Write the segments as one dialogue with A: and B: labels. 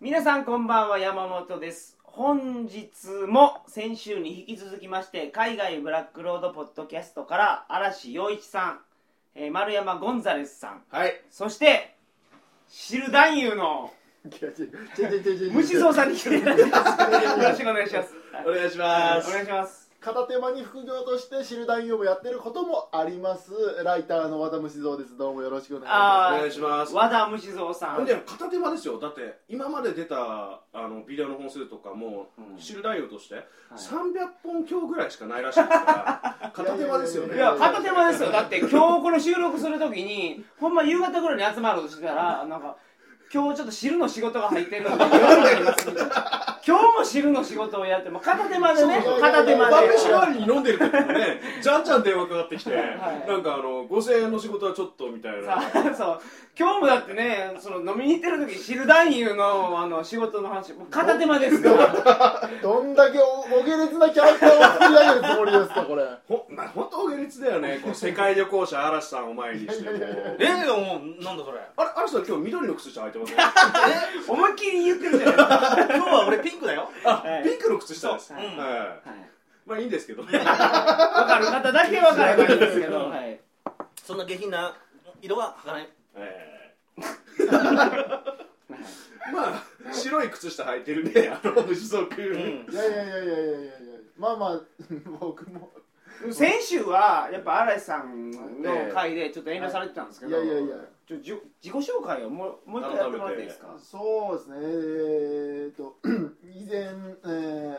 A: 皆さんこんばんは山本です本日も先週に引き続きまして海外ブラックロードポッドキャストから嵐陽一さん、えー丸山ゴンザレスさん
B: はい。
A: そして知る男優の
B: ちょちょちょちょちょ
A: 虫蔵さんに来ていただきますよろしくお願いします
B: お願いします
A: お。願いします
B: 片手間に副業として知る男優もやってることもあります。ライターの和田虫蔵です。どうもよろしくお願いし
A: あ
B: ま
A: ー
C: お願いします。
A: 和田虫蔵さ
C: ほん
A: ん
C: で片手間ですよ。だって今まで出たあのビデオの本数とかも、
A: うん
C: 知る内容として300本強ぐらいしかないらしいですから、片手間ですよね。
A: いや片手間ですよだって今日この収録するときにほんま夕方頃に集まろうとしてたらなんか今日ちょっと汁の仕事が入ってるので夜にやりますみたいな今日も汁の仕事をやってもう片手間でね
B: そうそう
A: 片手間で
C: 晩飯代わりに飲んでる時もね、 じゃんじゃん電話かかってきて、
A: はい
C: なんかあの5000円の仕事はちょっとみたい
A: さ
C: な。
A: あそう今日もだってねその飲みに行ってる時汁男優のあの仕事の話もう片手間ですから
B: す。どんだけおお下劣なキャラクターを作り上げるつもりですか、これ。
C: ほんま本当お下劣だよね。こう世界旅行者嵐さんを前にしてもう。
D: ええよもうなんだそれ
C: あれ嵐さん今日緑の靴下履いてますね。
A: 思いっきり言ってるじゃないですか、
D: 今日は俺ピンクだよ
A: はい
C: ピンクの靴下です。
D: そう
C: は
D: うん
C: い。まあいいんですけどね。
A: 分かる方だけ分かればいいんですけど、はい
D: そんな下品な色は履かない
C: えーまあ白い靴下履いてるねあの虫族、
D: うん
B: いやいやいやいやいやいやいや。まあまあ、僕も。
A: 先週はやっぱ嵐さんの回でちょっと遠慮されてたんですけど、
B: はいいやいやいや
A: ちょじゅ自己紹介をもうもう一回やってもらっていいですか
B: そうですね。えー、っと、 以前、えー、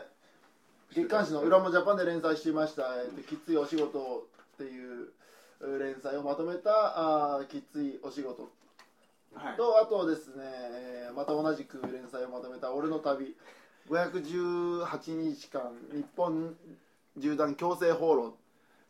B: 月刊誌の裏もジャパンで連載していました、えーっときついお仕事っていうえー連載をまとめた、あーきついお仕事
A: はい
B: と、あとですね、えーまた同じく連載をまとめた俺の旅、518日間、日本縦断強制放浪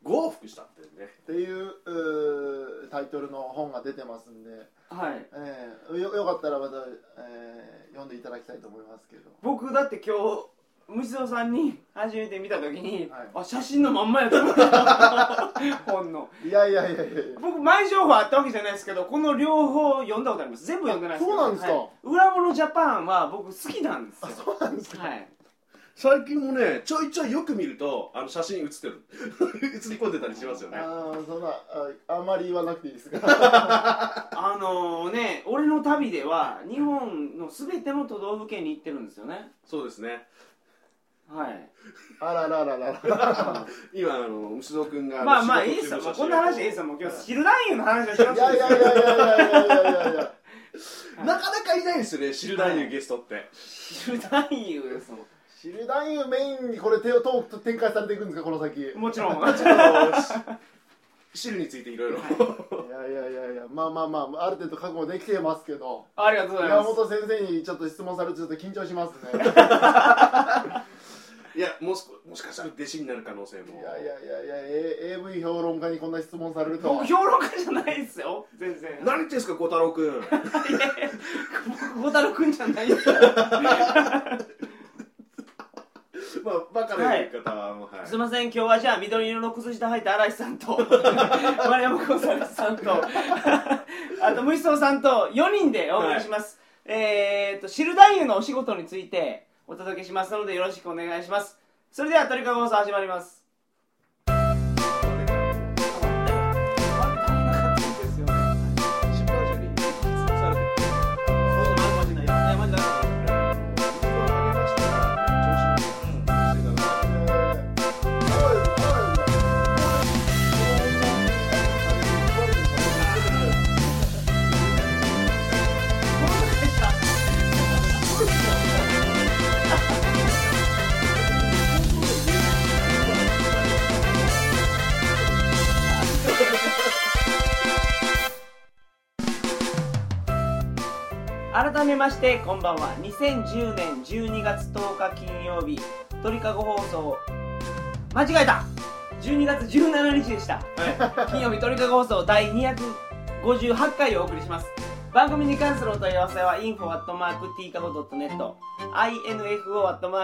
C: 合服したってね
B: っていううータイトルの本が出てますんで、
A: はい
B: えーよよかったらまた、えー読んでいただきたいと思いますけど。
A: 僕だって今日虫蔵さんに初めて見た時に、
B: はい
A: あ写真のまんまやった 本の
B: いやいやいやいやいや
A: 僕前情報あったわけじゃないですけどこの両方読んだことあります全部読んでないですけど
B: あそうなんですか
A: はい裏物ジャパンは僕好きなんですよ
B: そうなんです
A: はい
C: 最近もねちょいちょいよく見るとあの写真写ってる 写り込んでたりしますよね
B: ああそんなああんまり言わなくていいですか
A: あのね俺の旅では日本の全ての都道府県に行ってるんですよね
C: そうですね
A: はい
B: あららららら
C: 今あの虫蔵君が
A: まあ
C: の
A: まあ
C: 仕
A: いい
C: 事
A: ですよ、まあ、こ
C: 中の写真を
A: んな話いいですよもう今日昼男優の話をしま
B: い
A: すよ
B: やいやいやいやいやいやいやいや
C: なかなかいないですよね知る男優ゲストって、
A: 昼男優ですも
B: 知る男優メインにこれ手をトークと展開されていくんですかこの先いや
A: んもちろ ん
C: あの知るについていろいろ
B: いやいやいやまあまあまあある程度覚悟できてますけど
A: ありがとうございま
B: 山
A: す
B: 本先生にちょっと質問されるとちょっと緊張しますね
C: いやもしもしかしたら弟子になる可能性も
B: いやいやいやいや、A、AV 評論家にこんな質問されると
A: 僕評論家じゃないですよ全然
C: 何言ってんすか小太 郎君
A: 僕小太郎くんじゃないですよ
C: まあ、バカな言い方は、もうは い。
A: すいません今日はじゃあ緑色の靴下履いた嵐さん と丸山コンサルさんと あと虫草さんと4人でお送りします、えーっと知る男優のお仕事についてお届けしますのでよろしくお願いしますそれでは鳥かご放送始まります
C: 失敗じゃねえされてる
D: マジないやマジない
C: 僕は励ましたら調子に乗ってたから
A: 改めましてこんばんは2010年12月10日金曜日鳥かご放送間違えた12月17日でした、 金曜日鳥かご放送第258回をお送りします番組に関するお問い合わせは info.tkago.net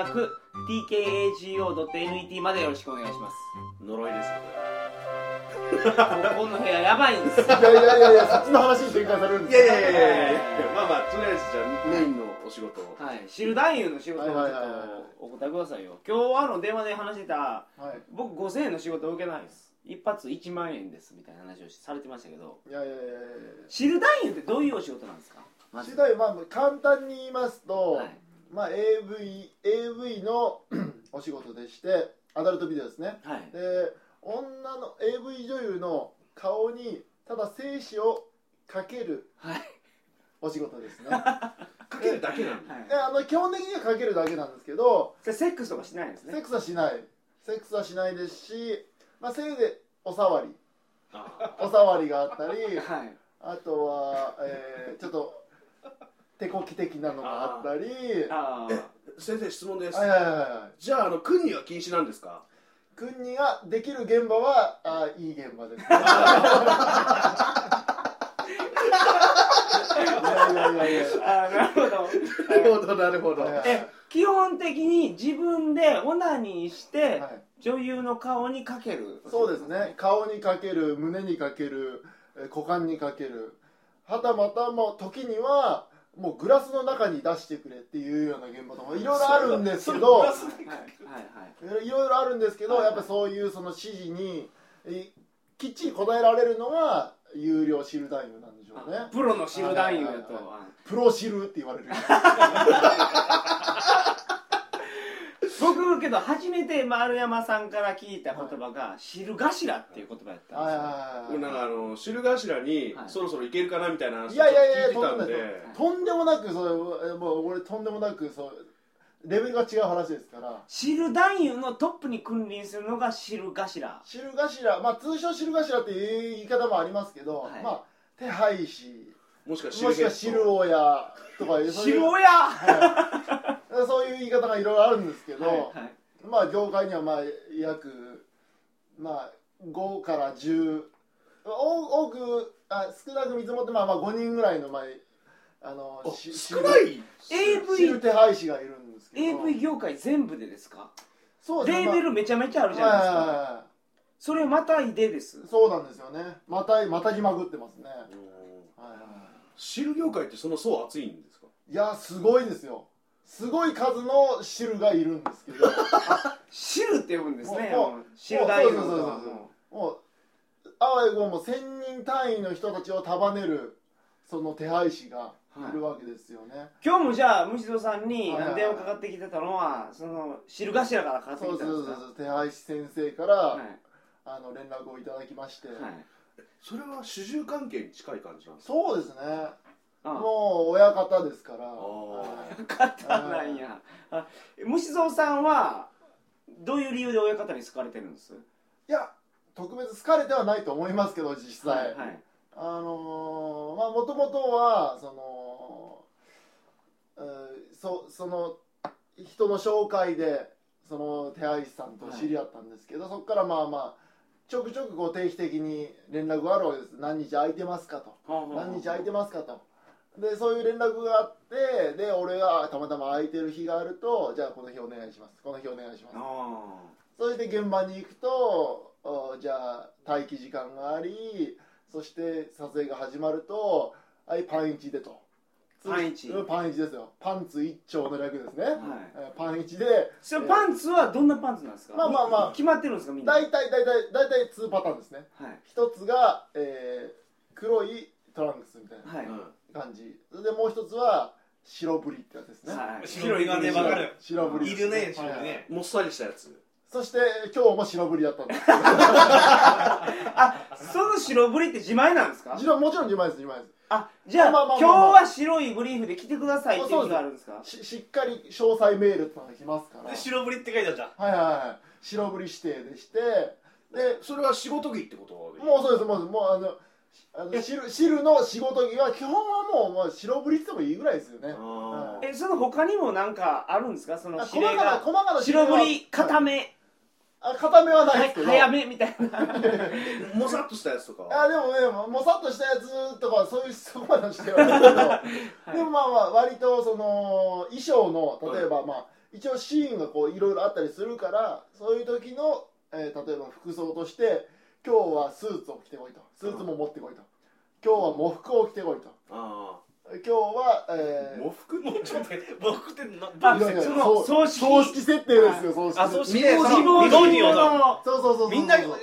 A: info.tkago.net までよろしくお願いします
C: 呪いですよ、
A: ここの部屋やばいんですよ
B: いやいやいやいやそっちの話に展開されるん
C: こ
B: で
C: れ。
B: す
C: い
B: か
C: やいやいやいやいや、まあまあ、とりあえずじゃあ、メインのお仕事を
A: はい、汁男優の仕事をちょ
B: は
A: っ
B: いはいはいはい
A: とお答えくださいよ今日あの電話で話してた
B: はい
A: 僕5000円の仕事を受けないです一発1万円ですみたいな話をされてましたけど
B: いやいやいやいや
A: 汁男優ってどういうお仕事なんですかまず
B: 次第まあ簡単に言いますと、
A: はい
B: まあ AV AV のお仕事でしてアダルトビデオですね
A: はい
B: で女の AV 女優の顔にただ精子をかける
A: はい
B: お仕事ですね
C: かけるだけなの
B: であの基本的にはかけるだけなんですけど
A: それセックスとかしないんです
B: セッ
A: ね
B: クスはしないセックスはしないですし、まあ、せいでお触り
C: あ
B: お触りがあったり
A: はい
B: あとは、えーちょっと手こき的なのがあったり
A: ああ
C: ー先生質問です
B: はいはいはいはい
C: じゃああの訓には禁止なんですか
B: 君にができる現場はあいい現場です、ね、いやいやいやいや
A: あーなるほど
C: なるほどなるほ
B: はいはい
A: え基本的に自分でオナニーして、
B: はい
A: 女優の顔にかける
B: そうですね顔にかける胸にかけるえー股間にかけるはたまたもう時にはもうグラスの中に出してくれっていうような現場とかいろいろあるんですけど
A: はいはいはい
B: いろいろあるんですけど、
A: はいはい
B: やっぱそういうその指示にえきっちり答えられるのが有料シルダイムなんでしょうね
A: あプロの汁男優やと
B: はいはい
A: あ
B: プロシルって言われる
A: 僕けど初めて丸山さんから聞いた言葉が「汁頭」っていう言葉やったんですよ
B: はい
C: 僕なんかあの汁頭に
A: はい
C: そろそろいけるかなみたいな話を
B: い
C: ちょっ
B: やい
C: と
B: やいや
C: 聞いてたんで
B: とんでもなくそれえもう俺とんでもなくそうレベルが違う話ですから
A: 汁男優のトップに君臨するのが汁頭
B: 汁頭まあ通称汁頭っていう言い方もありますけど、
A: はい
B: まあ手配師
C: もしかし
B: もしくは汁親とかいうそういう
A: 汁親
B: はいそういう言い方がいろいろあるんですけど、
A: はいはい
B: まあ業界にはまあ約まあ5から10お多くあ少なく見積もってまあまあ5人ぐらいの前あのし
C: 少ない
B: 汁
A: AV,
B: 手配師がいるんですけど
A: AV 業界全部でですか
B: そうです
A: レ
B: ね
A: ーベルめちゃめちゃあるじゃないです
B: はいはい
A: か
B: はいは
A: それをまたいでです
B: いそうなんですよねまたまたぎまくってますね、はいはいは
C: 汁業界ってその層厚いんですか
B: い、いやすごいですよすごい数の汁がいるんです けど
A: 汁って呼ぶんですね
B: もうもう
A: もう汁男優
B: もうそうそうそうそう
A: の
B: もうあわよくばもう1000人単位の人たちを束ねるその手配師がいるわけですよね、
A: 今日もじゃあ虫蔵さんに
B: はいはい
A: 電話かかってきてたのはその汁頭からかかって
B: そ
A: き
B: う
A: た
B: そ
A: んです
B: うそう
A: か
B: そう手配師先生から、
A: はい
B: あの連絡をいただきまして、
A: はい
C: それは主従関係に近い感じなんですか
B: そうですね
A: あ
B: もう親方ですから
C: ー
A: よかったなんやあ虫蔵さんはどういう理由で親方に好かれてるんです
B: いや特別好かれてはないと思いますけど実際、
A: はい
B: あのーまあもともとはその、うんそその人の紹介でその手配師さんと知り合ったんですけど、そこからまあまあちょくちょくこう定期的に連絡があるわけです何日空いてますかと何日空いてますかとでそういう連絡があってで俺がたまたま空いてる日があるとじゃあこの日お願いしますこの日お願いします
A: あ
B: それで現場に行くとおじゃあ待機時間がありそして撮影が始まるとはいパンイチでと
A: パンイチ
B: うんパンイチですよパンツ一丁の略ですね、
A: あはい
B: えーパンイチで
A: それパンツはどんなパンツなんですか
B: まあまあまあ
A: 決まってるんですかみんなはい
B: 大体大体大体2パターンですね一つが、えー黒いトランクスみたい
A: はい
B: な感じ、それでもう一つは白ブリってやつですね、
A: はい
D: 白い眼鏡わかる
B: 白ブリ
D: いるね
B: です
D: 白いね
B: はいはい
C: うんもっさりしたやつ
B: そして今日も白ブリだった んですけど
A: あその白ぶりって自前なんですか
B: 自分はもちろん自前です自前です
A: あじゃあ
B: まあ
A: 今
B: まあ
A: 日
B: まあまあ
A: は白いブリーフで来てくださいっていう日があるんですか
B: ししっかり詳細メールってのが来ますから
D: で白ぶりって書いてあるじゃん
B: はいはいはい白ぶり指定でしてで
C: それは仕事着ってこと
B: もうそうですもうもうあのあの汁汁の仕事着は基本はもう、まあ、白ぶりって言ってもいいぐらいですよね
C: あ
A: えその他にもなんかあるんですかその
B: あ
A: 指
B: 細か
A: 令
B: な
A: が
B: 細かな指令
A: 白
B: は
A: ぶり
B: は
A: 固
B: い
A: め
B: あ固めはないですけど
A: 早めみたいな
C: ーもさっとしたやつとかは
B: あでもねももさっとしたやつとかはそういうそこまではしてはないけどでもまあまあ割とその衣装の例えばまあ一応シーンがこういろいろあったりするからそういう時の、えー例えば服装として今日はスーツを着てこいとスーツも持ってこいと今日は喪服を着てこいと
C: あ
B: 今日は、えー
C: 喪服
D: もうちょっと待って僕ってな
A: あ
B: いやいや
A: その
B: そ
A: 葬
B: う
A: 式
B: 葬式設定ですよ葬式
D: あそう
B: 式
D: してその
A: 未亡
D: 未亡人をだ
A: の
B: そうそうそうそう
D: みんな知っ
B: そう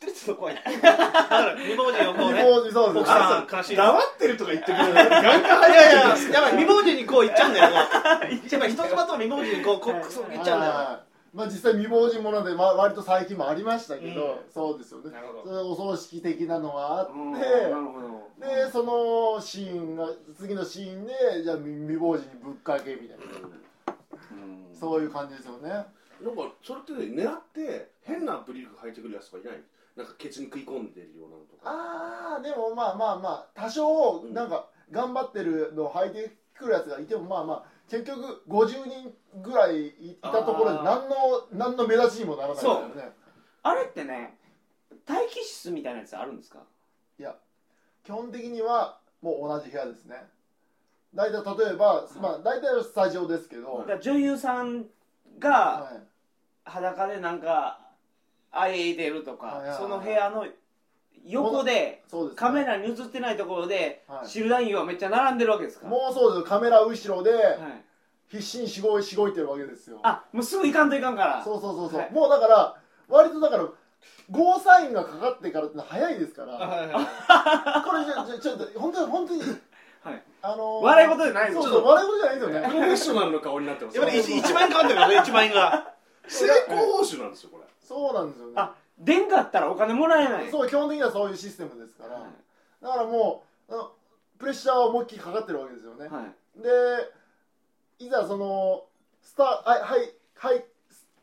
D: てる人怖いだから未亡人をこう
B: 未
D: ね
B: 亡人そう
D: 僕
B: そう
D: さん悲しい
C: 黙ってるとか言ってくれないガンガン
D: いやいややばい未亡人にこう言っちゃうんだよもうやっぱ人妻とも未亡人にこうこうそう言っちゃうんだよ
B: はいまあ実際未亡人もので、まあ、割と最近もありましたけど、そうですよね
D: なるほど
B: それお葬式的なのがあって、
A: うんなるほど
B: でそのシーンが次のシーンでじゃあ未未亡人にぶっかけみたいな、
A: うん
B: そういう感じですよね
C: なんかそれって狙って変なブリーフ履いてくるやつとかいないなんかケツに食い込んでるようなのとか
B: ああでもまあまあまあ多少なんか頑張ってるのを履いてくるやつがいてもまあまあ結局50人ぐらいいたところで
A: あー
B: 何の何の目立ちにもならないですよね
A: あれってね待機室みたいなやつあるんですか
B: 基本的にはもう同じ部屋ですね大体例えば、まあ、大体はスタジオですけど、
A: だから女優さんが
B: はい
A: 裸でなんかあえいでると
B: はいはい
A: か
B: はい
A: その部屋の横で
B: そうですね
A: カメラに映ってないところで
B: はい
A: 知る男優はめっちゃ並んでるわけですか
B: もうそうですよカメラ後ろで
A: はい
B: 必死にしごいしごいてるわけですよ
A: あもうすぐ行かんといかんから
B: そうそうそうそう、
A: はい
B: もうだから割とだからゴーサインがかかってからってのは早いですからこれじゃじゃちょっと本当に本当に
A: はい
B: あのー
A: 笑い事じゃないです
B: そう
A: ち
B: そ
A: ょっ
B: う
A: と
B: 笑い事じゃないですよね
C: プロフェッショナルの顔になってます
D: やっぱり一一万円かかってるからね一万円が
C: 成功報酬なんですよこれ
B: そうなんですよね
A: あ出んかったらお金もらえない
B: そう基本的にはそういうシステムですから、だからもうあのプレッシャーは思いっきりかかってるわけですよね、
A: はい
B: でいざそのスタはいはいはい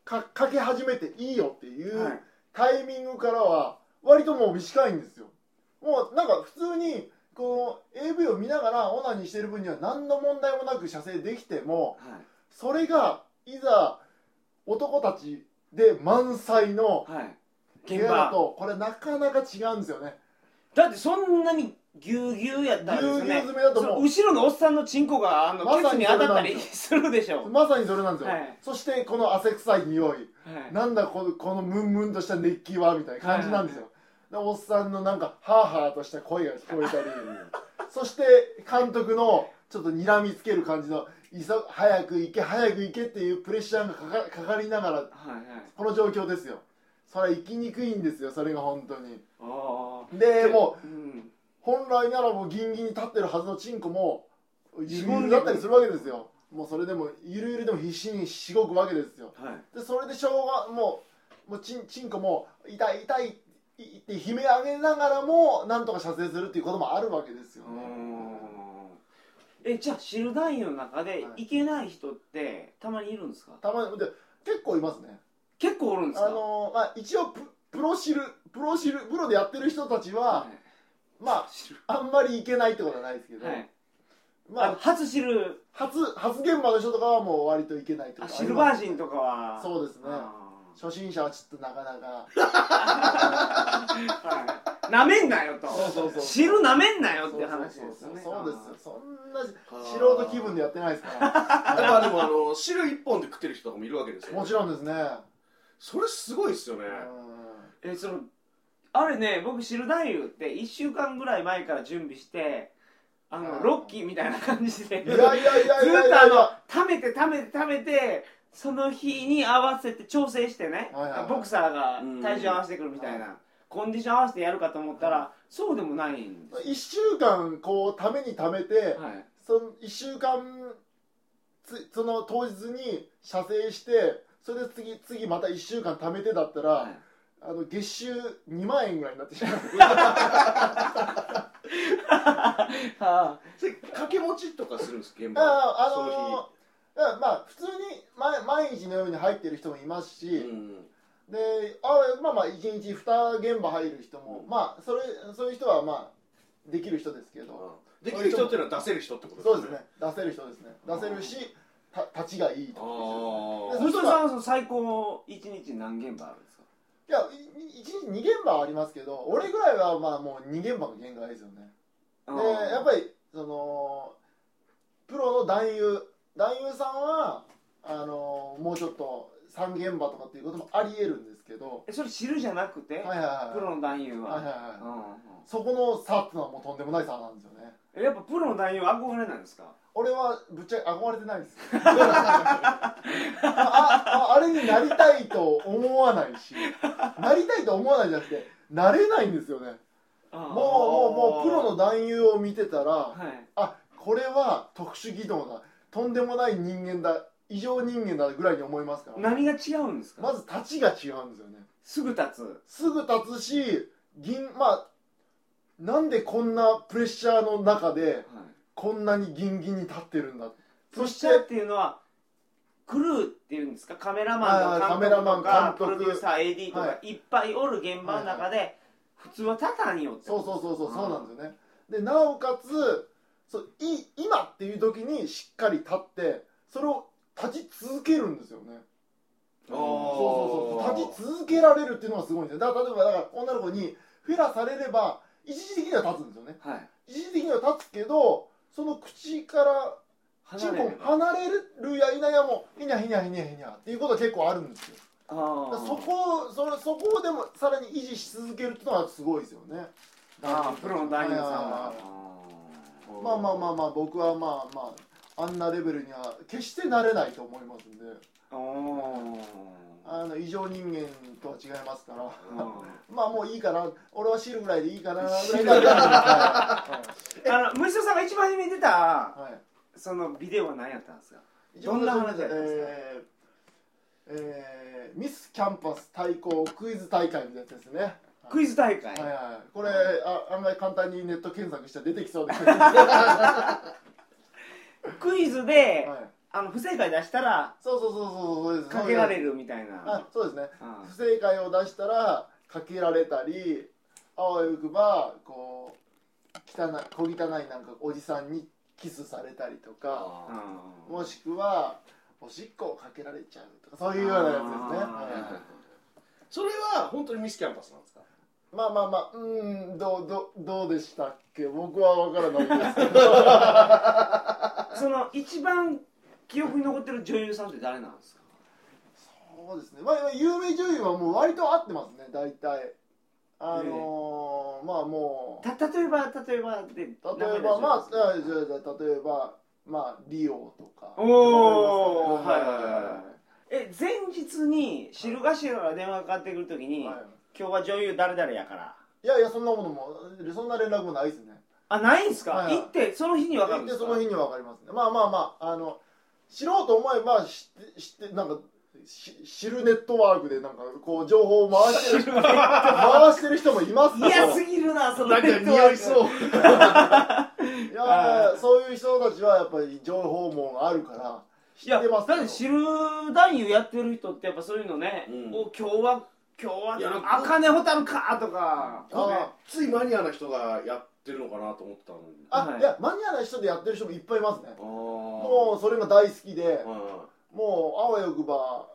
B: かかけ始めていいよっていう、
A: はい
B: タイミングからは割ともう短いんですよもうなんか普通にこの AV を見ながらオナニーしてる分には何の問題もなく射精できてもそれがいざ男たちで満載の
A: はいはい
B: 部
A: 現
B: 屋だ
A: 場
B: とこれなかなか違うんですよね
A: だってそんなにぎゅうぎゅうやったら
B: ぎゅ
A: で
B: う
A: す
B: ぎゅう
A: ね
B: 詰めだと
A: その
B: も
A: 後ろのおっさんのチンコがあの
B: ま
A: ケ
B: さ
A: ツ
B: に
A: に
B: そ
A: 当た
B: れ
A: っ
B: な
A: た
B: んですよ
A: りするでしょ
B: うまさにそれなんですよ、
A: はい
B: そしてこの汗臭い匂い
A: はい
B: なんだこのこのムンムンとした熱気はみたいな感じなんですよ、でおっさんのなんかハーハーとした声が聞こえたりそして監督のちょっと睨みつける感じの急早く行け早く行けっていうプレッシャーがかかかかりながら
A: はいはい
B: この状況ですよそれは行きにくいんですよそれが本当に
A: あ
B: で
A: あ
B: もう
A: うん
B: 本来ならもうギンギンに立ってるはずのチンコもゆるゆるだったりするわけですよもうそれでもゆるゆるでも必死にしごくわけですよ
A: はい
B: でそれでしょうがもうもうちんちんこも痛い痛いいって悲鳴上げながらもなんとか射精するっていうこともあるわけですよね
A: えじゃあ知る男優の中で
B: はい
A: 行けない人ってたまにいるんですか
B: たまにで結構いますね
A: 結構おるんですか
B: あのまあ一応ププロ知るプロ知るプロでやってる人たちは、
A: はい
B: ま
A: 知る
B: ああんまりいけないってことはないですけど、
A: はい
B: ま
A: あの
B: あ
A: 初知る
B: 初初現場の人とかはもう割といけないってこ
A: あ
B: と
A: シルバージンとかは
B: そうですね
A: あ
B: 初心者はちょっとなかなか
A: ーはいなめんなよと
B: そうそうそう
A: 知るなめんなよって話ですよね
B: そうそうそうそうですよそんな
C: あー
B: 素人気分でやってないです から
C: やっぱでもあの汁一本で食ってる人とかもいるわけですよ
B: もちろんですね、
C: それすごいですよね
B: う
A: えそのあれね僕知る男優って1週間ぐらい前から準備してあ
B: あ
A: の
B: ー
A: ロッキーみたいな感じで
B: ん、いやいやいやいや
A: ず
B: い
A: ーっ
B: やい
A: と
B: や
A: あの貯めて貯めて貯めてその日に合わせて調整してね、
B: はいはいはい
A: ボクサーが体重合わせてくるみたいな、コンディション合わせてやるかと思ったら、そうでもないんです
B: 1週間こうためにためて
A: よ、はい
B: その1週間つその当日に射精してそれで次次また1週間ためてだったら、
A: はい
B: あの月収2万円ぐらいになってしま う
A: は
C: それ掛け持ちとかするんです現場
B: あーあ
C: そ
B: のーうんまあ普通に毎毎日のように入ってる人もいますし、
C: 日うん
B: であまあまあ1日2現場入る人も、
C: うん
B: まあそれそういう人はまあできる人ですけど、
C: できる人っていうのは出せる人ってこと
B: そうですね出せる人ですね出せるした立ちがいい
C: あ
B: と
A: い
C: あ
A: 武藤さんはその最高1日何現場あるんですか
B: いや1日2現場はありますけど俺ぐらいはまあもう2現場の限界ですよねでやっぱりそのプロの男優男優さんはあのもうちょっと3現場とかっていうこともありえるんですけど
A: えそれ知るじゃなくて、
B: はいはいはい
A: プロの男優は、
B: はいはいはい
A: うんうん
B: そこの差っていうのはもうとんでもない差なんですよね
A: えやっぱプロの男優憧れなんですか
B: 俺はぶっちゃけ憧れてないですあああれになりたいと思わないしなりたいと思わないじゃなくてなれないんですよね
A: も
B: もうもうもうプロの男優を見てたら
A: はい
B: あこれは特殊技能だとんでもない人間だ異常人間だぐらいに思いますから
A: 何が違うんですか、
B: まず立ちが違うんですよね
A: すぐ立つ
B: すぐ立つし銀まあなんでこんなプレッシャーの中でこんなにギンギンに立ってるんだ
A: そ
B: そ
A: し
B: してて
A: っていうのはクルーっていうんですかカメラマンの監
B: あー
A: 督と
B: カメラマ
A: か
B: ン監
A: プ
B: 督
A: ロデューサー AD とか
B: はい
A: っぱいおる現場の中で普通は立たんよって
B: そうそうそうそうそうなんですよねでなおかつそうい今っていう時にしっかり立ってそれを立ち続けるんですよねそうそうそうそう立ち続けられるっていうのがすごいんですよだから例えばだから女の子にフェラされれば一時的には立つんですよね
A: はい
B: 一時的には立つけどその口からチ
A: 離
B: ン
A: れ
B: ポ
A: る
B: ン離れるや否やもひにゃひにゃひにゃひにゃっていうことは結構あるんですよ
A: あ
B: だ
A: ー
B: からそこをそれそこをでもさらに維持し続けるっていうのはすごいですよね
A: あープロの男優さん
B: はいはい
A: は
B: はいまあまあまあまあ僕はまあまああんなレベルには決してなれないと思いますんで
A: あーおー
B: あの異常人間とは違いますから
A: うん
B: まあもういいかな俺は汁ぐらいでいいかなぐらいでは
A: あの虫田さんが一番初めに出た
B: いはい
A: そのビデオは何やったんですかど
B: ど
A: ん
B: ん
A: な
B: な
A: 話だ
B: 話だ
A: ったんですか
B: えーえーミスキャンパス対抗クイズ大会みたいなやつですね。はい
A: クイズ大会、
B: はいはい、これあ案外簡単にネット検索したら出てきそうです。
A: クイズで、
B: はい
A: あの不正解出したら
B: そうそうそうそうそうです。
A: かけられ
B: る。
A: るみたいな
B: あ、そうですね。
A: うん
B: 不正解を出したらかけられたり、あわよくばこう汚い小汚いなんかおじさんにキスされたりとか、
A: うん
B: もしくはおしっこをかけられちゃうとかそういうようなやつです
A: あ
B: ねは
A: ー
B: いはい。
C: それは本当にミスキャンパスなんですか
B: まあまあまあ、うーん、どう、どう、どうでしたっけ、僕は分からないですけど。
A: その一番記憶に残ってる女優さんって誰なんですか
B: そうですね、まあ、まあ有名女優はもう割と合ってますね、大体。あのー、まあ、もう。
A: た例えば例えばで
B: 例えば、まあ、じゃあ、じゃあ、じゃあ例えば、まあ、リオとか。
A: おー
B: わか
A: は
B: り
A: いはいはい
B: ますかね
A: え前日に汁頭から電話かかってくるときに、
B: はいはい
A: 今日は女優誰々やから
B: いやいや、そんなものも、そんな連絡もないですね。
A: あないんすか、
B: はいはい
A: 行ってその日に分かるんですか
B: その日に分かりますねまあまあまああの知ろうと思えば知って知ってなんかし知るネットワークでなんかこう情報を回してる人回してる人もいますけど
A: 嫌すぎるなその
C: なんか似合いそう
B: いやいやそういう人たちはやっぱり情報網があるから
A: い
B: 知
A: や
B: っ
A: だ
B: てます
A: って知る男優やってる人ってやっぱそういうのね、
C: うん
A: お今日は今
C: い
A: 日
C: や
A: はあかねほたるかとか、
B: あー
C: ついマニアな人がやってるのかなと思ってたのに
B: あ、
A: はい
B: い、やマニアな人でやってる人もいっぱいいますね
C: あも
B: もうそれが大好きで、
C: う
B: もうあわよくば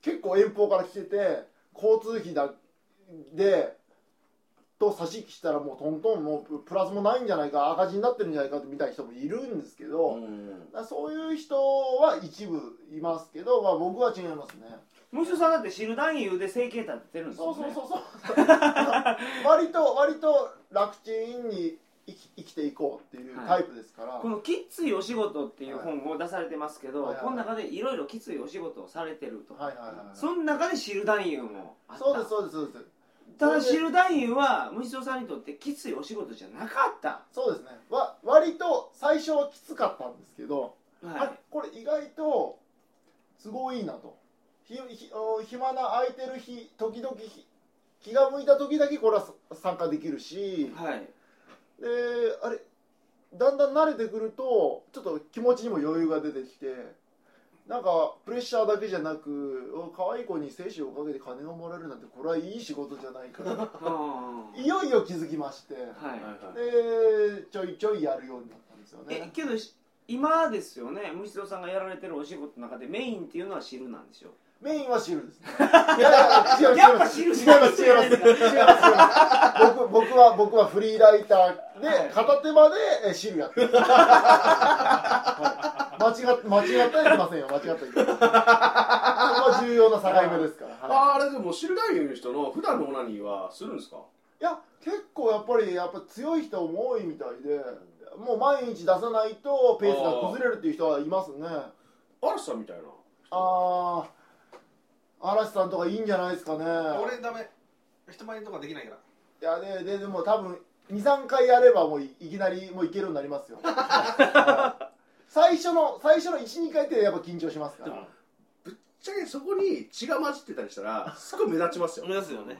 B: 結構遠方から来てて交通費だでと差し引きしたらもうトントンもうプラスもないんじゃないか赤字になってるんじゃないかみたいな人もいるんですけど、
C: ん
B: だからそういう人は一部いますけど、まあ、僕は違いますね
A: むしろさんだって知る男優で整形立ってるんです
B: そ
A: よ、
B: う
A: ね、
B: そうそうそう 割と割と楽ちんに生き生きていこうっていうタイプですから、
A: この「きっついお仕事」っていう本を出されてますけど、
B: はいはい
A: この中でいろいろきついお仕事をされてると、
B: はいはいはい
A: その中で知る男優もあった
B: そうですそうですそうです
A: ただ知る男優はむしろさんにとってきついお仕事じゃなかった
B: そうですねわ割と最初はきつかったんですけど、
A: は
B: あ
A: い
B: これ意外と都合いいなとひひお暇な空いてる日時々ひ気が向いた時だけこれはさ参加できるし
A: はい
B: であれだんだん慣れてくるとちょっと気持ちにも余裕が出てきてなんかプレッシャーだけじゃなくお可愛い子に精子をかけて金をもらえるなんてこれはいい仕事じゃない か
A: あー
B: らいよいよ気づきまして
A: はい、
B: でちょいちょいやるようになったんですよ
A: え
B: ね
A: けどし今ですよねむしろさんがやられてるお仕事の中でメインっていうのは知るなんでしょ
B: メインは 汁ですねいやいや違います
A: やっぱ知る
B: 違います違います
A: す
B: 違います違います僕僕は僕はフリーライターで片手間でえー汁やってる、はい間違っ間違ったりしませんよ間違ったりしませんそこは重要な境目ですから、はい
C: ああれでも知る男優の人の普段のオナニーはするんですか
B: いや結構やっぱりやっぱ強い人も多いみたいでもう毎日出さないとペースが崩れるっていう人はいますね
C: 嵐さんみたいな
B: ああ嵐さんとかいいんじゃないですかね
D: 俺ダメ人前とかできないから
B: いやでででも多分23回やればもういいきなりもういけるようになり ますよ最初の最初の12回ってやっぱ緊張しますから
C: ぶっちゃけそこに血が混じってたりしたらすごい目立ちますよ
D: 目指すよね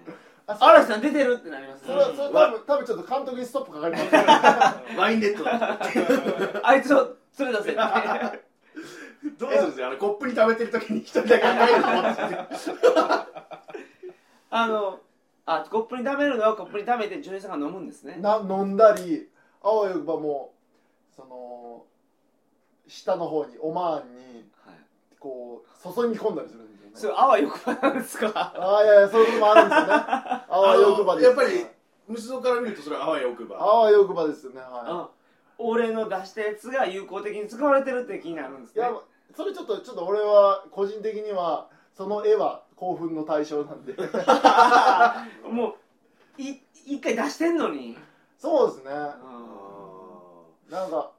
B: あそ
A: 嵐さん出てるってなります
B: それはそれ多分多分ちょっと監督にストップかかりますよ
C: ワインネットだ
A: あいつを連れ出せって
C: どうするんですかあのコップに食べてる時に一人だけ入ると思って
A: あのあコップに食べるのをコップに食べて女優さんが飲むんです ね
B: な飲んだりあわよくばもうその下の方にオマーンに
A: はい
B: こう注ぎ込んだりするんです
A: そ
B: よね
A: れあわよくばなんですか
B: ああいやいやそういうこともあるんですよ ねあわよくばです
C: やっぱり無像から見るとそれはあわよく
B: あ
C: ば
B: わよくばですよねは
A: あ俺の出したやつが有効的に使われてるって気になるんです
B: いい
A: ね
B: やそれちょっとちょっと俺は個人的にはその絵は興奮の対象 なんで
A: もうい一回出してんのに
B: そうですね
A: あ
B: なんか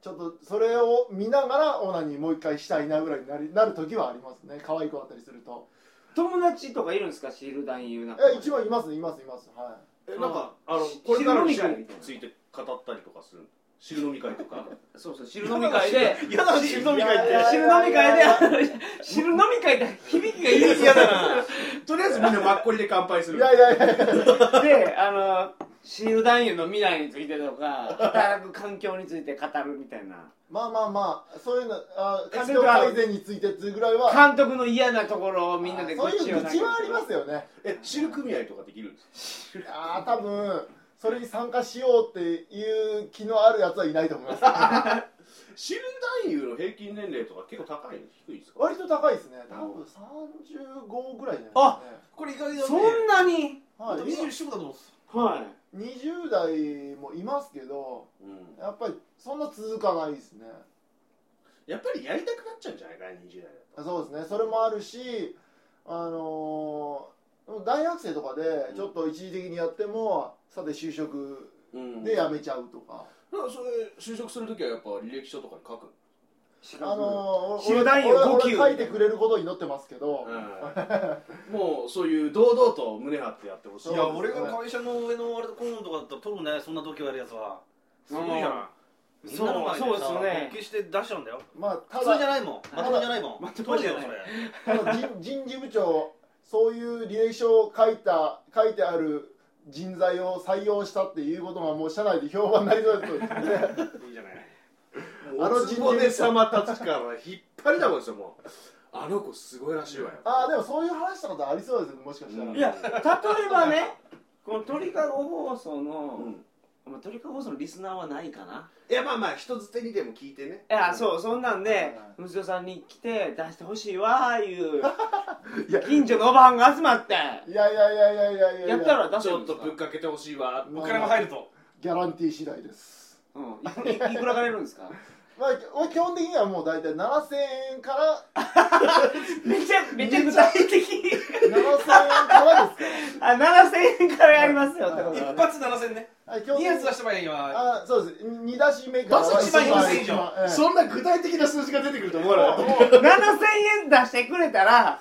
B: ちょっとそれを見ながらオナニーもう一回したいなぐらいになりなる時はありますね可愛い子だったりすると
A: 友達とかいるんですかシール男優なんか
B: え一番いますいますいますはい
C: えなんかあの
A: し
C: これからの
A: 汁
C: 試
A: 飲
C: 合
A: み会
C: について語ったりとかする汁飲み会とか
A: そうそう汁飲み会で
D: 嫌だな汁飲み会って
B: いやいや
A: 汁飲み会であの汁飲み会で響きがいいですよ
D: 嫌だな
C: とりあえずみんなマッコリで乾杯する
B: いやいやいやいや
A: であのシール男優の未来についてとか働く環境について語るみたいな
B: まあまあまあそういうのあ
A: え
B: 環
A: そ
B: 境
A: れから
B: 改善についてっていうぐらいは
A: 監督の嫌なところをみんなで
B: そういう愚
A: 投げ
B: 痴はありますよね
C: え汁組合とかできるんですか
B: ああ多分それに参加しようっていう気のあるやつはいないと思います
C: 汁男優の平均年齢とか結構高いの低いですか
B: 割と高いですね多分35ぐらいじゃないです
A: あ
B: かね
D: これ意外だね
A: そんなに
B: はい
D: 二十四だと思う
A: はい
B: 20代もいますけど
C: うん
B: やっぱりそんな続かないですね
C: やっぱりやりたくなっちゃうんじゃないかな20代だと
B: そうですねそれもあるしあのー大学生とかでちょっと一時的にやっても、さて就職
C: うん
B: で辞めちゃうとか、
C: それ就職するときはやっぱ履歴書とかに書く
B: あのー、
A: 集
B: 俺
A: 団
B: 俺
A: よ
B: は
A: 5
B: 俺
A: 級
B: は書いてくれることに祈ってますけど、
C: うん もうそういう堂々と胸張ってやってほしい
B: そう
D: い
B: です
D: や
B: ね
D: 俺が会社の上のあれ顧問とかだったら取るねそんな度胸あるやつはすごいじゃんみんなの前でさ
A: そうそうですね
D: 勃起して出しちゃうんだよ
B: まあた
D: 普通じ
B: だ
D: ゃないもんまともじゃないもん
A: まとも
D: 取
A: じ
D: る
A: ゃ
D: よ
A: ない
D: それ
B: ただ人人事部長そういう履歴書を書いた書いてある人材を採用したっていうことがもう社内で評判になりそうですよね
D: いいじゃない
C: あ
B: あ
C: の
B: の
C: 人
B: 人
C: で様たちから引っ張りだもんですよもうあの子すごいらしいわよ
B: ああでもそういう話したことありそうですよねもしかしたら、
C: うん
A: いや例えばねこの鳥かご放送の、
C: うん
A: まあ、鳥かご放送のリスナーはないかない
C: やまあまあ人づてにでも聞いてね
A: いやそうそんなん
B: はいは
A: で
B: い
A: 息子さんに来て出してほしいわーいう
B: いや
A: 近所のおばはんが集まって
B: いやいやいやいやいやいや
A: やったら出せ
C: ち
A: る
C: ょ
A: ん
C: っ
A: です
C: と
A: か
C: ぶっかけてほしいわ
B: まあ
D: お金も入ると
B: ギャランティー次第です
A: うんいいいくらかれるんです か
B: まあ俺基本的にはもう大体7000円から
A: めちゃめちゃ具体的
B: 7000円からですか
A: あ7000円からやりますよってこと
D: 一
A: だね
D: 発七千ね
B: らはい基本
D: 二
B: 的に
D: 発出した場合には
B: あそうです二出し目から
C: 出す一番
D: 4000以上
B: ええ
C: そんな具体的な数字が出てくると思わなかっ
A: 7000円出してくれたら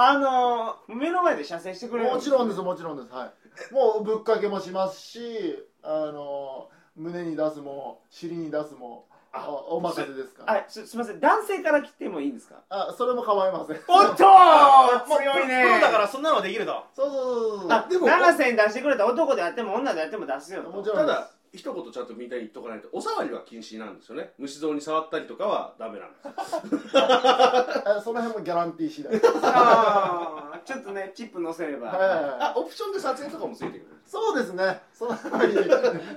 A: あのー、目の前で射精してくれる
B: もちろんですもちろんですはいもうぶっかけもしますしあの胸に出すも尻に出すもあお任せですから
A: あすすみません男性から来てもいいんですか
B: あそれも構いません
A: おっと
D: あもう
A: 強いね
D: プロだからそんなのはできると
B: そうそうそうそう
A: あ
C: でも
A: 七瀬に出してくれた男であっても女であっても出すよと
B: もちろん
C: ただ一言ちゃんとみんなに言っとかないとお触りは禁止なんですよね虫像に触ったりとかはダメなんです
B: あその辺もギャランティー次 第はい
A: あーちょっとねチップ乗せれば、
B: はいは
C: あオプションで撮影とかもついてくる
B: いそうですねその辺り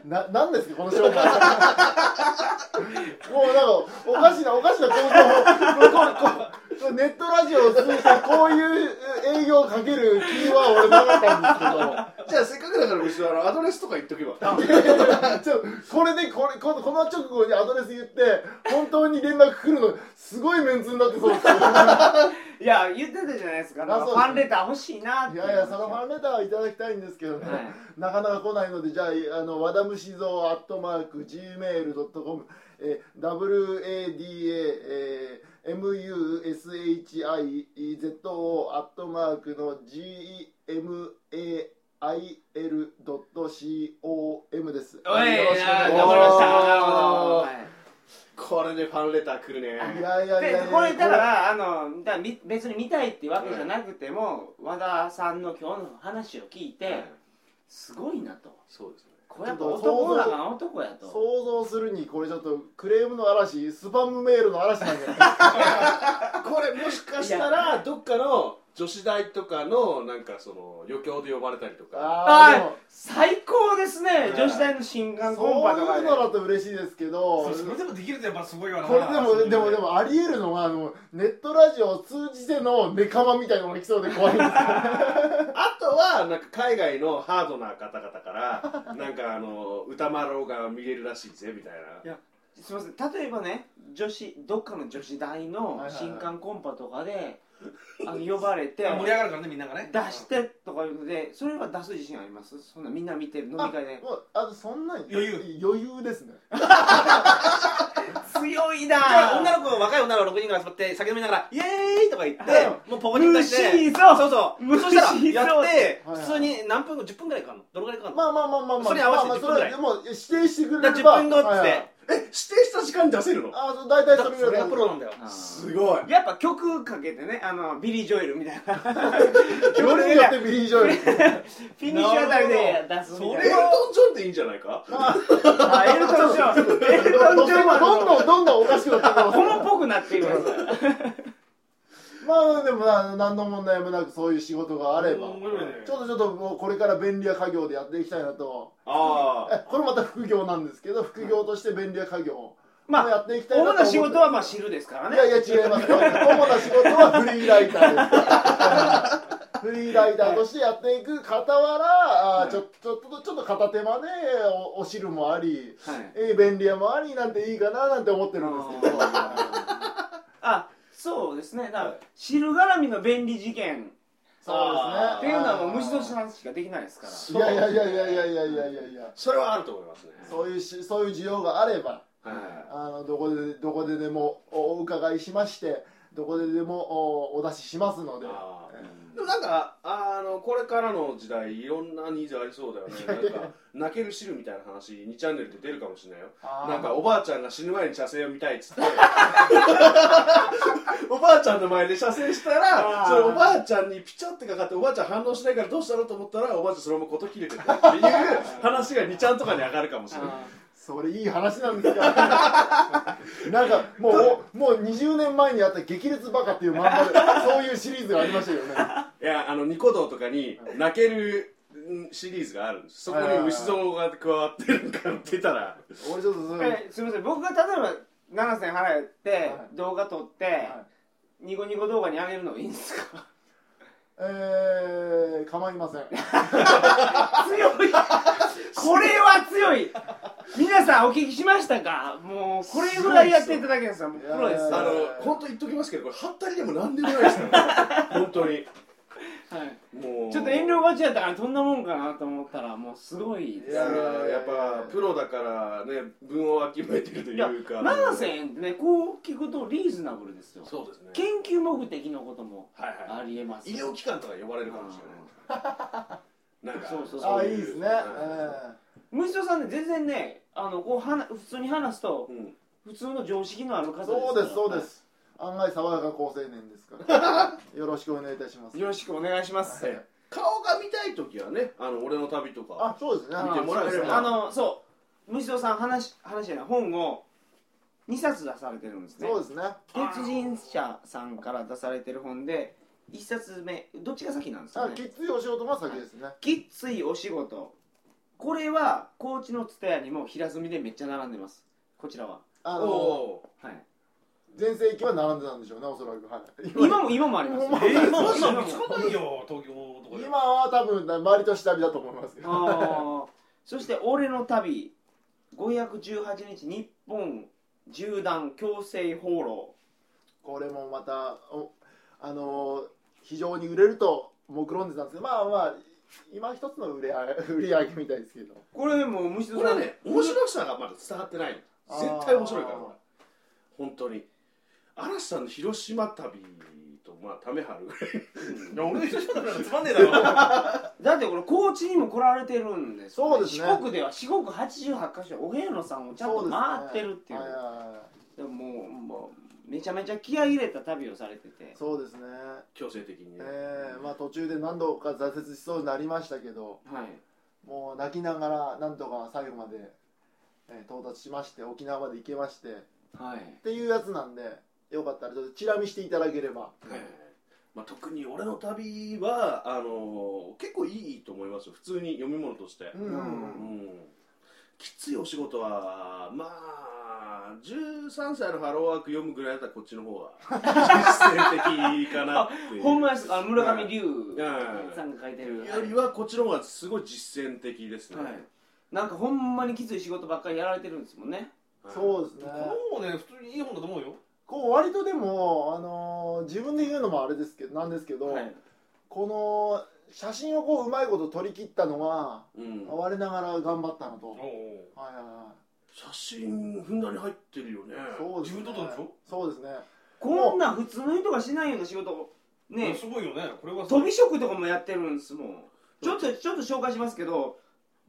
B: ななんですかこの商売もうなん かおかしなおかしな構造こうこうこうネットラジオを通じてこういう営業をかける気は俺なかったんですけど
C: じゃあせっかくだから虫像あのアドレスとか言っとけば
B: ちょこれでこれこのこの直後にアドレス言って本当に連絡来るのすすごいメンツになってそ うですよ
A: いや言ってたじゃないですか
B: あ
A: なんか
B: そう
A: ファンレター欲しいなって
B: いやいやそのファンレターはいただきたいんですけどね、
A: はい
B: なかなか来ないのでじゃああの和田虫蔵アットマーク Gmail.com えー WADA、えー MUSHIEZO アットマークの GMAIL.com です
A: おい
C: よ
A: 頑張りま
C: ろしくお願いします
A: したなるほど
C: おー
A: はい
C: これでファンレター来る
B: い
C: ね
B: やいやいやいや
A: でこれだからあのだからみ別に見たいってわけじゃなくても、和田さんの今日の話を聞いて、
C: はい
A: すごいなと
C: そうですね
A: これやっぱ男だから男やと
B: 想像するにこれちょっとクレームの嵐スパムメールの嵐なんじゃない
C: これもしかしたらどっかの女子大とかのなんかその余興で呼ばれたりとか
B: あーでも
A: 最高ですね、
C: い
A: 女子大の新
B: そう
A: 刊
B: い
A: コンパとか
B: う
A: で
B: のだと嬉しいですけど
D: そうそれでもできるってやっぱすごいわな
B: これでもでもでもありえるのはあのネットラジオを通じてのネカマみたいなのが来そうで怖いんですよ
C: あとはなんか海外のハードな方々 からなんかあの歌丸が見れるらしいぜみたいな
A: すいません例えばね女子どっかの女子大の新刊コンパとかで、あの呼ばれて
D: 盛り上がるからねみんながね
A: 出してとかいうのでそれは出す自信ありますそんなみんな見てる飲み会で
B: もうあとそんなに
D: 余裕
B: 余裕ですね
A: 強い
D: じゃあ
A: な
D: 女の子若い女の子6人が集まって酒飲みながら「イエーイ!」とか言って、
A: は
D: もうポコニン出して
A: 無視そう
D: そうそう
A: 無視
D: そしたら
A: そう
D: やって
B: はいはい
D: 普通に何分後10分ぐらいかかんのどのぐらいかかんの、
B: まあまあまあまあまあ
D: それに合わせて
B: まあまあ
D: 10分ぐらい
B: それはでも指定してくれれば
D: だから10分後っつって、
B: はいはい
C: え指定した時間に出せるの
B: あそう大体それ
D: そ
B: ぐ
D: れ
B: らい
D: がプロなんだよ
C: す ごい
A: やっぱ曲かけてねあのビリー・ジョエルみたいな
B: よ
A: 曲
B: りによってビリー・ジョイル
A: フィニッシュあたりで出すみ
C: エ
A: た
C: ル
A: い な
C: トン・ジョンでいいんじゃないか
A: あエルトン・ジョンエルトン・ジョンは
B: どんどんどんどんおかしくなって きます
A: このっぽくなっています
B: まあでもな何の問題もなくそういう仕事があれば
D: 面白いね
B: ちょっとちょっともうこれから便利屋家業でやっていきたいなと
C: ああ
B: えこれまた副業なんですけど副業として便利屋家業を
A: まあ
B: やっていきたいなと
A: 主
B: 思っ
A: な仕
B: て
A: 事はまあ知るですから
B: い
A: ね
B: やいや違いますよ主な仕事はフリーライターで すフリーライターとしてやっていく傍らあーちょちょっとちょっと片手間でおお汁もあり
A: はい
B: えー便利屋もありなんていいかななんて思ってるんですけど
A: あそうですねだから汁絡みの便利事件
B: そうですね
A: っていうのはもう虫年の話しかできないですから
B: いやいやいやいやいやいやいやいやいや
C: それはあると思いますね
B: そういうしそういう需要があれば
C: は
B: あのどこでどこででもおお伺いしましてどこででもおお出ししますの
C: い
B: で
C: あーでもなんかあのこれからの時代いろんなニーズありそうだよねなん か泣ける汁みたいな話2チャンネルで出るかもしれないよ
B: あー
C: なんかおばあちゃんが死ぬ前に射精を見たい っつっておばあちゃんの前で射精した
A: あ
C: ら
A: ー
C: それおばあちゃんにピチャってかかっておばあちゃん反応しないからどうしたのと思ったらおばあちゃんそのまま事切れてたっていう話が2ちゃんとかに上がるかもしれない
B: それいい話なんですか なんかもうおもう20年前にあった「激烈バカ」っていう漫画でそういうシリーズがありましたよね
C: いやあのニコ動とかに泣けるんシリーズがあるんですそこに虫像が加わってるから出たら
B: 俺ちょっとそれ
A: えすみません僕が例えば7000円払って
B: はい
A: 動画撮って、
B: い
A: ニコニコ動画に上げるのいいんですか
B: えー、構いません
A: 強 いこれは強い皆さんお聞きしましたかもうこれぐらいやっていただけですよもうプロですよ
B: いや
C: あ
B: いやいや
C: の本当言っときますけどこれハったりでも何でもないです からね本当に
A: はい
C: もう
A: ちょっと遠慮がちやったからどんなもんかなと思ったらもうすごい
C: い
A: です
C: やーやっぱプロだからね分をわきまえてると
A: い
C: い
A: や
C: うか
A: 7000円ってねこう聞くとリーズナブルですよ
C: そうですね
A: 研究目的のことも
C: はいは
A: ありえます
C: い医療機関とか呼ばれるかもしれないなんか
A: そうそうそう
B: ああ
C: い
B: いいですね、えー
A: 虫人さんね全然ねあのこうはな普通に話すと
C: うん
A: 普通の常識のある方ですから
B: そうですそうです案外爽やか好青年ですからよろしくお願いいたします
A: よろしくお願いします
C: はい顔が見たい時はねあの俺の旅とか
B: あそうですね
A: あ
C: 見てもらえれば
A: そうですねあのそう虫人さん話話じゃない本を2冊出されてるんですね
B: そうですね
A: 鉄人社さんから出されてる本で1冊目どっちが先なんですか
B: あ
A: ね
B: きついお仕事が先ですね
A: きっついお仕事これは高知の蔦屋にも平積みでめっちゃ並んでますこちらは
B: あの
C: お
A: はい
B: 全盛期は並んでたんでしょうねおそら くはい
A: 今も今もあります
B: 今も
D: えー、
A: 今も
D: もうさ
A: 今も
D: 見つかんないよ東京とかで
B: 今は多分周りと下火だと思いますけど
A: あーそして「俺の旅」518日日本縦断強制放浪
B: またおあの非常に売れると目論んでたんですけどまあまあ今一つの売れあ売り上げみたい ですけど
A: これでも虫
C: こ
A: 田
C: れ
A: さ
C: は
A: ん
C: ね面白さがまだ伝わってないの絶対面白いから
B: あー
C: これ本当に嵐さんの広島旅とまあためはるぐらい俺の
D: つまんねえだろ
A: だってこれ高知にも来られてるんですよ
B: そうですね
A: 四国では四国88箇所お遍路さんをちゃんと回ってるっていう
B: そうですねはいはいはい
A: でももうもうめちゃめちゃ気合い入れた旅をされてて
B: そうですね、
C: 強制的にね
B: えーまあ、途中で何度か挫折しそうになりましたけど
A: はい
B: もう泣きながらなんとか最後まで、えー到達しまして沖縄まで行けましてっ
A: はい
B: ていうやつなんでよかったらちょっとチラ見していただければ
C: はいまあ、特に俺の旅はあのー結構いいと思いますよ普通に読み物として、
B: うんうん
C: う
B: うん
C: んきついお仕事はまあ13歳のハローワーク読むぐらいだったらこっちの方 が実践的かなっていう
A: ほんまですあの村上龍
C: はい
A: さんが書いてる
C: よりはこっちの方がすごい実践的ですね、
A: はいなんかほんまにきつい仕事ばっかりやられてるんですもんね
B: そうですね
D: もうね普通にいい本だと思うよ
B: こう割とでも、あのー自分で言うのもあれですけどなんですけど、
A: はい
B: この写真をこううまいこと撮り切ったのは
C: う、うん、
B: 我ながら頑張ったのと、
D: お
B: はいはいは
C: 写真ふんだんに入ってるよね
B: い、そうですね
D: 自分撮ったんでしょ
B: そうですね
A: こんな普通の人がしないような仕事をね
D: すごいよねこれは
A: 飛び職とかもやってるんですもんちょっとちょっと紹介しますけど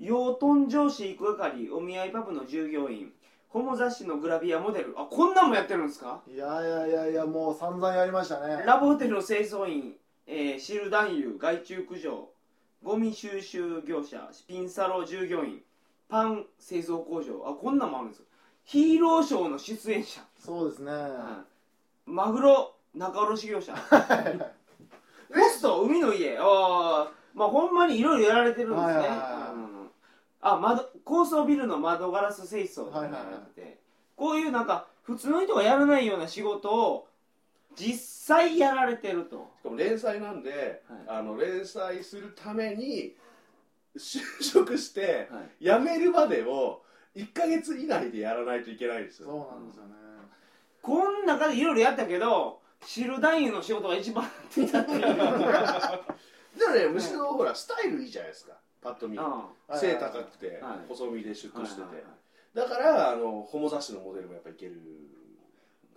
A: 養豚場飼育係お見合いパブの従業員ホモ雑誌のグラビアモデルあこんなんもやってるんですか
B: いやいやいやいやもう散々やりましたね
A: ラブホテルの清掃員、えー、シル男優害虫駆除ゴミ収集業者スピンサロ従業員パン製造工場あこんなんもあるんですよヒーローショーの出演者、
B: そうですね、
A: マグロ仲卸業者ポスト海の家ああまあほんまにいろいろやられてるんですね、
B: はいはいはい
A: うんあ窓高層ビルの窓ガラス清掃とかやられてて、こういうなんか普通の人がやらないような仕事を実際やられてると
C: しかも連載なんで、
A: は
C: あの連載するために就職して
A: はい
C: 辞めるまでを1か月以内でやらないといけないんですよ
B: そうなんですよね、
A: こん中でいろいろやったけど汁男優の仕事が一番ってた っていう
C: だからねむしろほらスタイルいいじゃないですかパッと見
A: あ
C: 背高くて
A: はい
C: 細身でシュッ
A: あ
C: としてて
A: はいはいはい
C: だからあのホモ雑誌のモデルもやっぱいける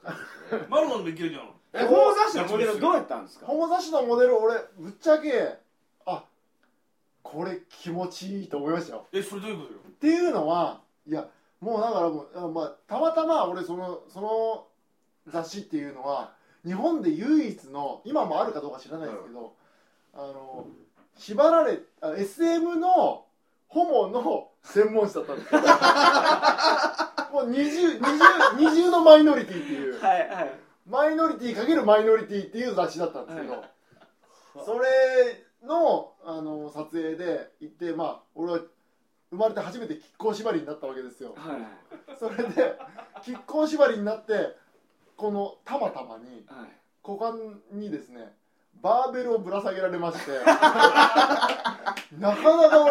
C: 感じですね
D: マルマンもいけるじゃん
A: えこの雑誌のモデルどうやったんですか
B: ホモ雑誌のモデル俺ぶっちゃけあこれ気持ちいいと思いましたよ
D: えそれどういうことよ
B: っていうのはいやもうだからもうあ、まあ、たまたま俺そのその雑誌っていうのは日本で唯一の今もあるかどうか知らないですけど、あの縛られあ SM のホモの専門誌だったんですよ もう二重二重二重のマイノリティっていう
A: はいはい
B: マイノリティかけるマイノリティっていう雑誌だったんですけど、
A: は
B: それのあの撮影で行ってまあ俺は生まれて初めて亀甲縛りになったわけですよ
A: はい
B: それで亀甲縛りになってこのたまたまに
A: はい
B: 股間にですねバーベルをぶら下げられましてなかなか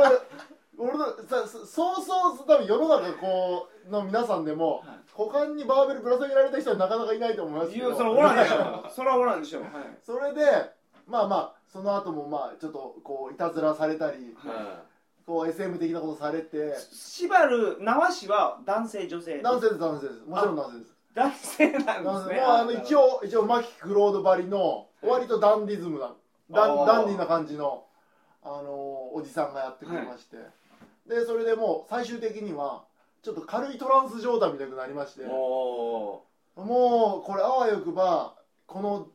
B: 俺俺のさそそうそう多分世の中こうの皆さんでも、
A: はい
B: 股間にバーベルぶら下げられた人はなかなかいないと思います
A: い
B: け
A: や
B: ど
A: それおらんでしょ それはおらんでしょはい
B: それでまあまあその後もまあちょっとこういたずらされたり
C: は
B: こう SM 的なことされて
A: 縛る縄師は男性女性
B: 男性です男性ですもちろん男性です
A: 男性なん
B: 男
A: です
B: 性
A: ね
B: もうあの一応一応マキクロードばりの割とダンディズムなダ
C: あ
B: ン
C: ー
B: ダンディーな感じのあのーおじさんがやってくれまして、でそれでもう最終的にはちょっと軽いトランス状態みたいになりまして
C: いおー
B: もうこれあわよくばこの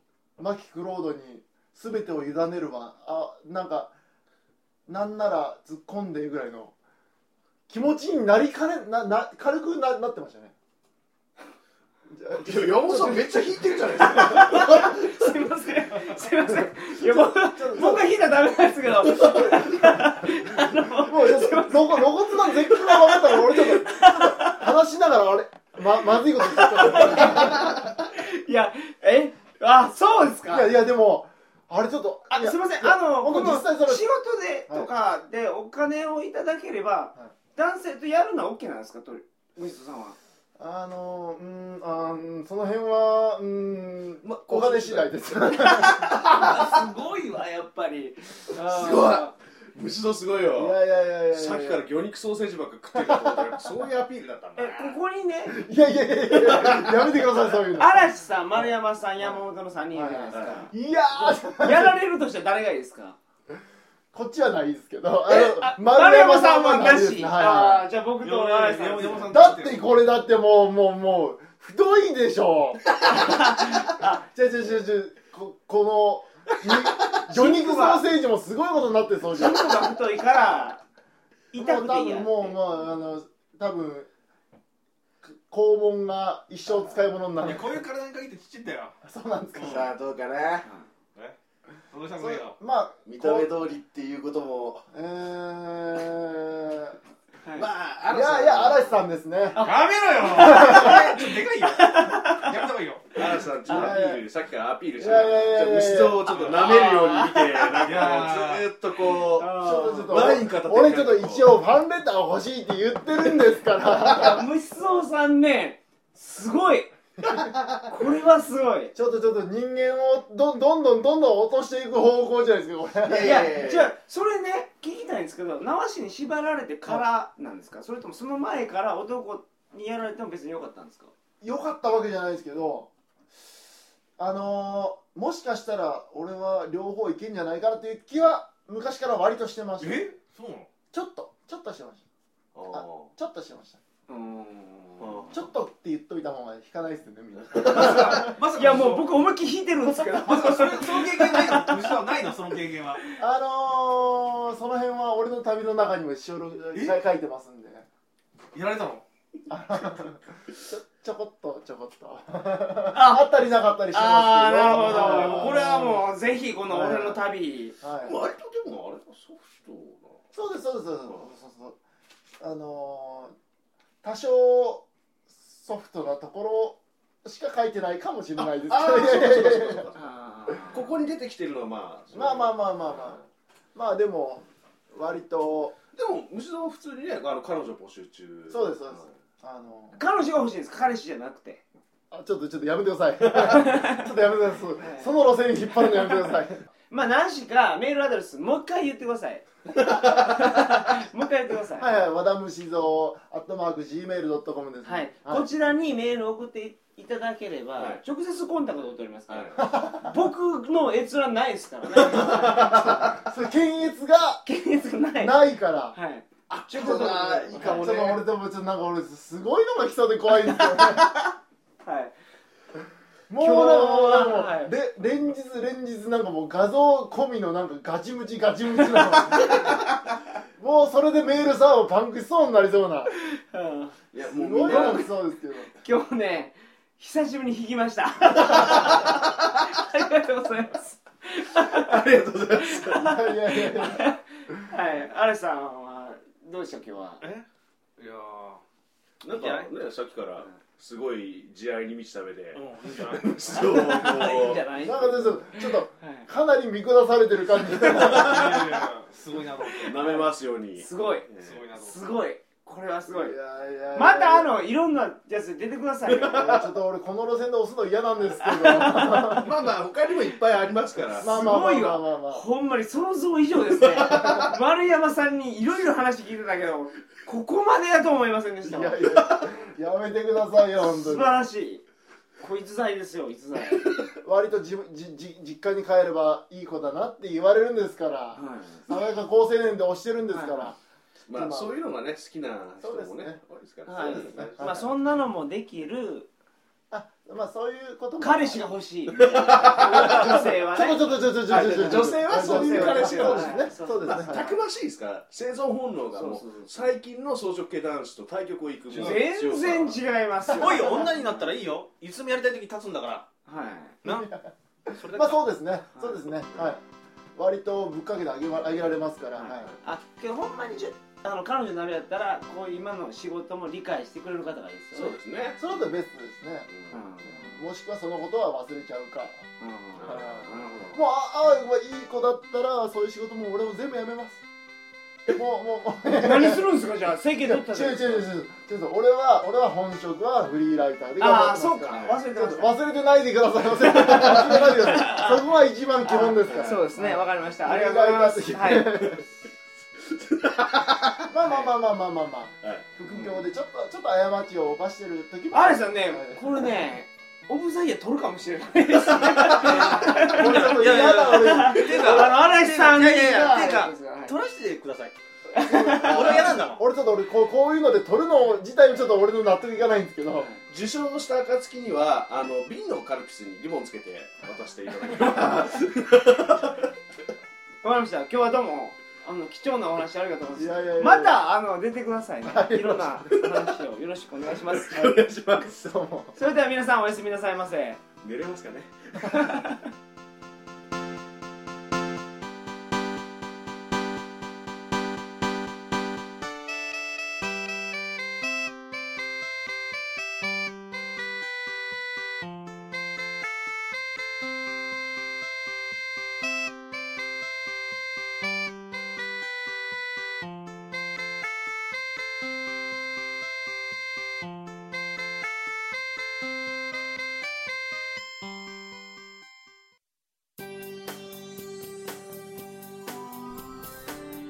B: マキクロードに全てを委ねるわあなんかなんなら突っ込んでぐらいの気持ちになりかねなな軽くななってましたね
C: いや山本さんめっちゃ引いてるじゃないですか
A: すいませんすい ませんいや僕僕が引いたらダメなんですけど
B: もうちょっと露骨露骨な絶叫が分かったら俺ちょっとちょっと話しながらあれままずいこと言っちゃった
A: いやえあそうですか
B: いやいやでもあれちょっと
A: あ
B: いや
A: すみません、
B: いや
A: あの、こ
B: 僕
A: の
B: 実
A: 仕
B: 際そ
A: 事
B: れ
A: でとかでお金をいただければ、
B: は
A: 男性とやるのは OK なんですか、と水戸さんは。
B: あのうんあーうんその辺はうん
C: ま
B: お金次 第です。
A: あすごいわやっぱりす
C: ごい虫のすごい
B: い
C: よ
B: やいやいやいやいや
C: さっきから魚肉ソーセージばっか食ってると思ったらそういうアピールだったんだ
A: えここにね
B: いやいやいやいややめてくださいそういうの
A: 嵐さん丸山さん山本の3人じゃないです
C: はい
A: か
B: いや ー
A: やられるとしたら誰がいいですか
B: こっちはないですけどあ
A: え
B: の
A: あ
B: 丸
A: 丸
B: 山
A: 山
B: さ
A: さ
B: ん
A: ん
B: は
A: は
B: な
A: ない
B: ですね
A: し
B: はいは
A: あーじゃあ僕と
C: 山
A: 嵐
C: 本
A: さん
C: 山本さ
B: い
C: ん
B: だってこれだってもうもうもう不同意で しょ
A: あ
B: じゃじゃじゃじゃここのに魚肉ソーセージもすごいことになってそうじゃん
A: 人が太いから痛
B: もう
A: く
B: 多
A: ていいや
B: 分もうもうあの多分肛門が一生使い物にないる
E: やこういう体に限ってちっちゃいんだよ
B: そうなんですか
D: さあどうかな
E: どうした
B: そ
E: も
B: う
E: いいよ
B: まあ
D: 見た目通りっていうことも
B: えー
A: はい
D: まあ
B: い
D: 嵐さ
B: や
D: ん
B: いや嵐さんですね
E: やめろよちょっとでかいよやめた方がいいよ
C: アラさんちょっとアピールさっきからアピールして
B: いやいやいやいや
C: 虫像をちょっと舐めるように見てなん
E: い
C: か
E: や
C: ずーっとこう
B: ちょっとちょっと
C: ワイン片手に
B: 俺ちょっと一応ファンレター欲しいって言ってるんですから
A: 虫草さんねすごいこれはすごい
B: ちょっとちょっと人間をどどんどんどんどん落としていく方向じゃないですかこれ
A: いやじゃあそれね聞きたいんですけど縄師に縛られてからなんですかそれともその前から男にやられても別に良かったんですか
B: 良かったわけじゃないですけどあのー、もしかしたら俺は両方いけんじゃないかなっていう気は昔から割としてました
E: えそうなの
B: ちょっとちょっとしてましたちょっとしてました
A: うーん
B: ちょっとって言っといた方が引かない ですよねみんな
E: まさか
A: いやもう僕思いっきり引いてるんですけど
E: まさかそれその経験ないの虫はないのその経験は
B: あのー、その辺は俺の旅の中にも一応
E: え
B: 書いてますんで
E: やられたの
B: ちょこっとちょこっと あ
A: あ
B: ったりなかったりし
A: あ
B: ま
A: ー
B: すけど
A: なるほ
B: は
A: ど
B: い
A: これはもうぜひこの俺の旅
B: はい
C: 割とでもあれはソフトな
B: そうですそうですそうですそうそうそうあのー、多少ソフトなところしか書いてないかもしれないですけど
C: ああーそうかそうかそうかそうか
A: あ
C: ここに出てきてるのはまあ
B: まあまあまあまあまあまあでも割と
C: でも虫蔵は普通にねあの彼女募集中
B: そうですそうですあの
A: 彼女が欲しいんです彼氏じゃなくて
B: あちょっとちょっとやめてくだ さいちょっとやめてくださいその路線に引っ張るのやめてください
A: まあ何しかメールアドレスもう一回言ってくださ いもう一回言ってください
B: はいはい和田虫蔵アットマーク Gmail.com ですね
A: はい、こちらにメールを送っていただければ、
C: はい
A: 直接コンタクトを取りますから、
C: は
A: 僕の閲覧ないですからね
B: それ検 閲が
A: 検閲がない
B: ないから
A: はい
C: あち
A: ょっ
B: ちょっ
A: と
B: と
A: な
B: ち
A: い
B: ょ
A: い
B: っと
A: かもね
B: 俺でもちょっとなんか俺すごいのが来そうで怖いんですよね
A: はい
B: もうなんかもうなんかもう、
A: はい
B: れ連日連日なんかもう画像込みのなんかガチムチガチムチ なのもうそれでメールさをパンクしそうになりそうな
A: うん
C: いや
B: す
C: もうみ
B: ご
C: ん
B: いの
C: な
B: が来そうですけど
A: 今日ね久しぶりに弾きました ありがとうございます
C: ありがとうございます
B: いやいやいやいや
A: はい嵐さんはどうでしょう今日は
E: えいや
C: なんかねさっきからすごい慈愛に満ちた目で
E: うんいいんじゃない
C: 虫蔵をこ
A: いいんじゃ
C: う
A: ない
B: なんかちょっとちょっと
A: はい
B: かなり見下されてる感じあ
E: いやいやいやすごいなと思って
C: 舐めますように
A: すごい
C: えー
E: すごいなと思って
A: すごいこれはすごい
B: いやいやいや
A: またあのいろんなやつ出てくださいよ
B: いやちょっと俺この路線で押すの嫌なんですけ どまあ
C: まあまあ他にもいっぱいありますから
B: まあ
A: す
B: まあま
A: ご
B: あ
A: い
B: ま
A: わ
B: あまあ、まあ
A: ほんまに想像以上ですね丸山さんにいろいろ話聞いてたけどここまでだと思いませんでし
B: い
A: た
B: や
A: わ
B: いややめてくださいよ本当
A: 素晴
B: に
A: らしいこいつ罪ですよ逸材、はい、
B: 割とじじじ実家に帰ればいい子だなって言われるんですから爽やか好青年で推してるんですから、
A: は
C: まあそういうのがね好きな人
B: そ
C: も
B: うです
C: ね
B: ね
C: 多いですから
A: はい
C: そうですね
A: まあそんなのもできる
B: あまあそういうことも
A: 彼氏が欲しいみたいな女性は
B: ちょこ
A: ね
B: ちょこちょこちょ
C: あ
B: こちょこちょこ
C: 女性はそういう彼氏が欲しい
B: そうですねそうですね、
C: たくましいですから生存本能がもう
A: そうそうそう
C: 最近の草食系男子と対局をいくもう強さ
A: 全然違いますよ
D: おい女になったらいいよいつもやりたい時に立つんだから
A: はい
D: なそれだけ
B: まあそうですねそうですねはい割とぶっかけてあげまあげられますから、はい
A: あけどほんまにじゅあの彼女になるやったらこういう今の仕事も理解してくれる方がいいです
C: そ
A: よ
C: う
A: ね
C: ですね
B: それだとベストですね
A: うん
B: もしくはそのことは忘れちゃうか
A: うん
B: はい
A: なるほど
B: もうああいい子だったらそういう仕事も俺も全部やめますもうもうもう
A: 何するんですかじゃあ整形
B: 違う
A: 取った
B: 違う違う違う違う俺は俺は本職はフリーライターで頑
A: ああ
B: 張ってま
A: そ
B: す
A: う
B: か
A: から忘れてました
B: 忘れてないでください忘れてないでくださいそこは一番基本ですから
A: そうですねわかりました
B: は
A: あ
B: い
A: りがとうございます
B: 意
A: は
B: 外
A: い
B: だまあまあまあまあまあまあまあ、
C: はい
B: 副業でちょっとちょっと過ちを犯してる時も
A: あれさんね
B: はい
A: これねオブザイヤー取るかもしれないです
B: 俺ちょっと嫌だ俺
D: ていう
A: あ
D: か
A: の嵐さん
D: いやいやいや
A: が
D: てか
A: はい
D: 取らせてください俺は嫌なんだもん
B: 俺ちょっと俺こうこういうので撮るの自体もちょっと俺の納得いかないんですけど
C: 受賞した暁にはあの瓶のカルピスにリボンつけて渡していた だきま
A: わかりました今日はどうもあの貴重なお話ありがとうござ
B: い
A: います
B: やいやいや
A: またあの出てくださいねいろんなお話をよろしくお願いします
C: すお願いします
B: そうも
A: それでは皆さんおやすみなさいませ
C: 寝れますかね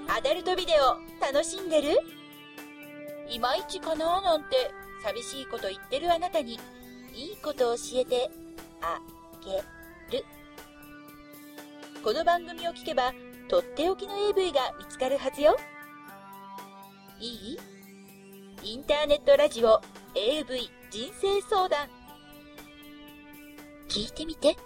F: アダルトビデオ楽しんでるいまいちかななんて寂しいこと言ってるあなたにいいこと教えてあげるこの番組を聞けばとっておきの AV が見つかるはずよいいインターネットラジオ AV 人生相談聞いてみて